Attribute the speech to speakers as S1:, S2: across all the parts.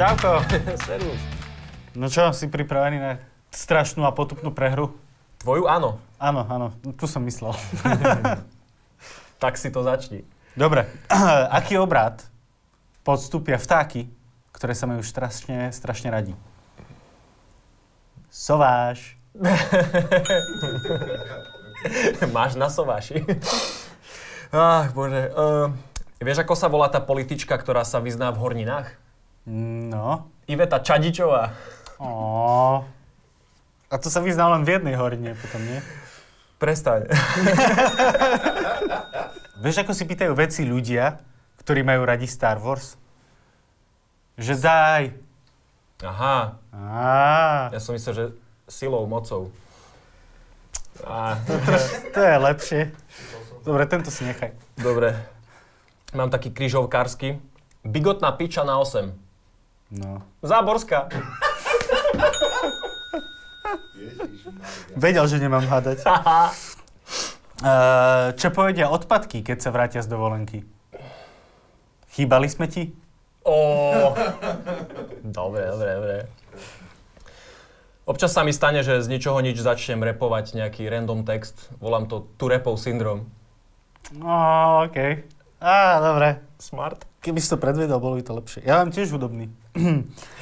S1: Čauko, servus.
S2: No čo, si pripravený na strašnú a potupnú prehru?
S1: Tvoju áno,
S2: Áno, áno, tu som myslel.
S1: tak si to začni.
S2: Dobre, aký obrad podstúpia vtáky, ktoré sa majú strašne, strašne radi? Sováš.
S1: Máš na sováši. Ach, bože. Uh, vieš, ako sa volá tá politička, ktorá sa vyzná v horninách?
S2: No.
S1: Iveta Čadičová.
S2: Ó. A to sa vyznal len v jednej horine potom, nie?
S1: Prestaň.
S2: Vieš, ako si pýtajú veci ľudia, ktorí majú radi Star Wars? Že daj.
S1: Aha,
S2: Á,
S1: ja som myslel, že silou, mocou. Á,
S2: to je lepšie. Dobre, tento si nechaj.
S1: dobre. Mám taký kryžovkársky. Bigotná piča na 8.
S2: No.
S1: Záborská.
S2: Vedel, že nemám hádať.
S1: Haha.
S2: Uh, čo povedia odpadky, keď sa vrátia z dovolenky? Chýbali sme ti?
S1: Ó. Dobre, dobre, dobre. Občas sa mi stane, že z ničoho nič začnem repovať nejaký random text. Volám to tu repov syndrom.
S2: No, OK. Á, dobre.
S1: Smart.
S2: Keby si to predvedol, bolo by to lepšie. Ja mám tiež hudobný.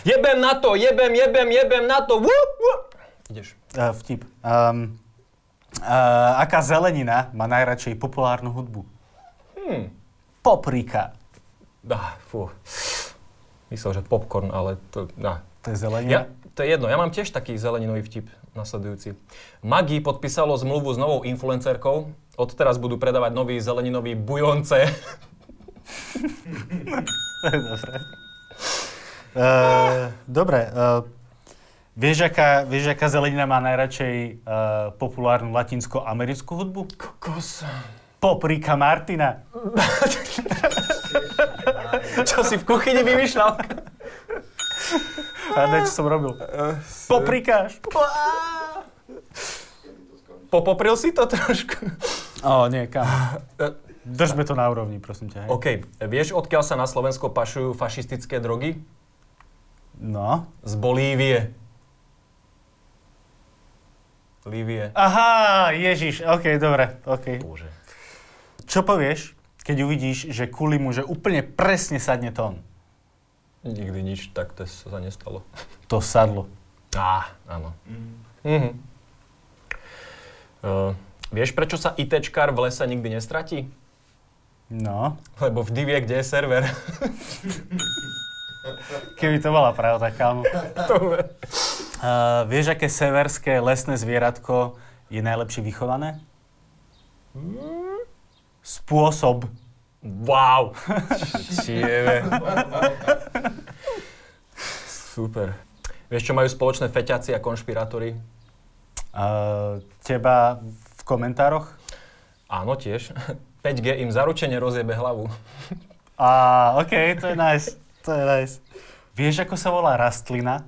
S1: Jebem na to, jebem, jebem, jebem na to. Wup, wup. Ideš.
S2: Uh, vtip. Um, uh, aká zelenina má najradšej populárnu hudbu? Hm.
S1: Hmm.
S2: Paprika.
S1: Dá, Ah, fú. Myslel, že popcorn, ale to... Dá.
S2: To je zelenina?
S1: Ja, to je jedno, ja mám tiež taký zeleninový vtip nasledujúci. Magi podpísalo zmluvu s novou influencerkou. Odteraz budú predávať nový zeleninový bujonce.
S2: dobre. Uh, dobre. Uh, vieš, aká, vieš, aká zelenina má najradšej uh, populárnu latinsko-americkú hudbu?
S1: Kokos.
S2: Paprika Martina.
S1: Čo si v kuchyni vymýšľal?
S2: A ne, čo som robil.
S1: Eh,
S2: Poprikáš.
S1: Popopril si to trošku?
S2: O, nie, kam. Držme to na úrovni, prosím ťa. Hej.
S1: OK, vieš, odkiaľ sa na Slovensko pašujú fašistické drogy?
S2: No.
S1: Z Bolívie. Lívie.
S2: Aha, ježiš, OK, dobre, OK.
S1: Bože.
S2: Čo povieš, keď uvidíš, že kuli mu, že úplne presne sadne tón?
S1: Nikdy nič takto sa nestalo.
S2: To sadlo.
S1: Á, áno. Mhm. Uh, vieš, prečo sa ITčkar v lese nikdy nestratí?
S2: No.
S1: Lebo vždy vie, kde je server.
S2: Keby to bola pravda, kámo.
S1: Dobre.
S2: Uh, vieš, aké severské lesné zvieratko je najlepšie vychované? Spôsob.
S1: Wow! Čieve. Super. Vieš, čo majú spoločné feťaci a konšpirátori?
S2: Uh, teba v komentároch?
S1: Áno, tiež. 5G im zaručene rozjebe hlavu.
S2: A, OK, to je nice, to je nice. Vieš, ako sa volá rastlina,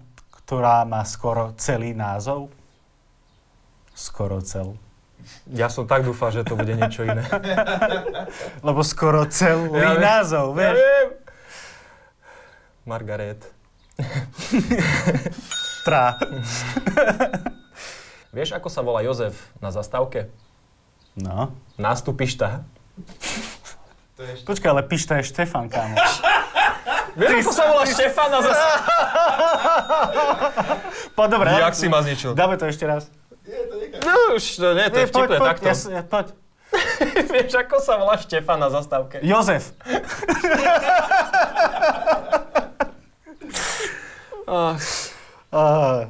S2: ktorá má skoro celý názov? Skoro cel.
S1: Ja som tak dúfal, že to bude niečo iné.
S2: Lebo skoro celý
S1: Ja viem.
S2: názov,
S1: Ja
S2: vieš?
S1: viem. Margaret.
S2: Trá.
S1: Vieš, ako sa volá Jozef na zastávke?
S2: No.
S1: Nástupišta.
S3: To je ešte
S2: Počkaj, ale pišta je Štefan, kámo.
S1: Vieš, ako sa volá Štefan na zastávke?
S2: Po, dobre, dáme-
S1: ma zničil?
S2: No, dáme to ešte raz.
S1: No už, to nie, to je vtipné,
S2: poď,
S1: takto.
S2: ja s- ja, poď.
S1: Vieš, ako sa volá Štefan na zastávke?
S2: Jozef. Uh,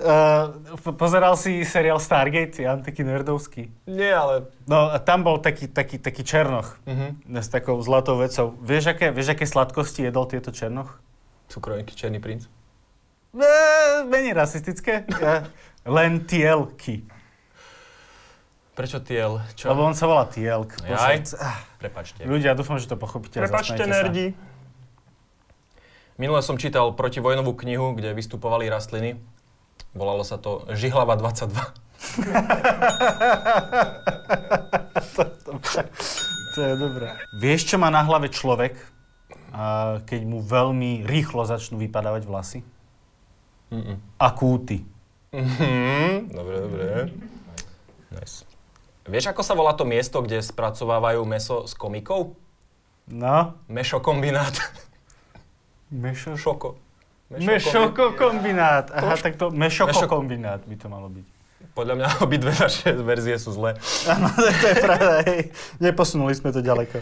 S2: uh, po- pozeral si seriál Stargate, je antiky nerdovský.
S1: Nie, ale...
S2: No a tam bol taký, taký, taký černoch
S1: Mhm.
S2: s takou zlatou vecou. Vieš aké, vieš, aké sladkosti jedol tieto černoch?
S1: Cukrovinky, Černý princ.
S2: E, menej rasistické. Ja. Len tielky.
S1: Prečo tiel? Čo?
S2: Lebo on sa volá tielk.
S1: Jaj.
S2: Bože, ah,
S1: Prepačte.
S2: Ľudia, dúfam, že to pochopíte. a zasmejete sa.
S1: Minule som čítal protivojnovú knihu, kde vystupovali rastliny. Volalo sa to Žihlava 22.
S2: To je dobré. Vieš, čo má na hlave človek, a keď mu veľmi rýchlo začnú vypadávať vlasy?
S1: Mm-mm.
S2: A kúty.
S1: Mhm, Dobre, dobre. Nice. Vieš, ako sa volá to miesto, kde spracovávajú meso s komikou?
S2: No.
S1: Mešokombinát.
S2: Mešo...
S1: Šoko.
S2: Mešokokombinát. Aha,
S1: To už-
S2: tak to mešokokombinát by to malo byť.
S1: Podľa mňa obidve naše verzie sú zlé.
S2: Áno, tak to je pravda, hej. Neposunuli sme to ďaleko.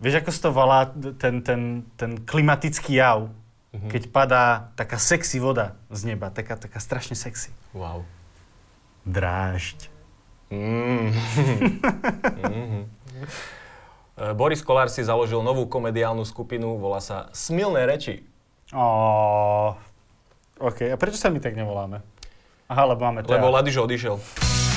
S2: Vieš, ako sa to volá t- ten, ten, ten klimatický jav? Keď padá taká sexy voda z neba, taká, taká strašne sexy.
S1: Wow.
S2: Drážď.
S1: Mm. Mhm. E, Boris Kolár si založil novú komediálnu skupinu, volá sa Smilné reči.
S2: Oh. OK, a prečo sa my tak nevoláme? Aha, lebo máme
S1: Lebo
S2: teatr.
S1: Ladižo odišiel.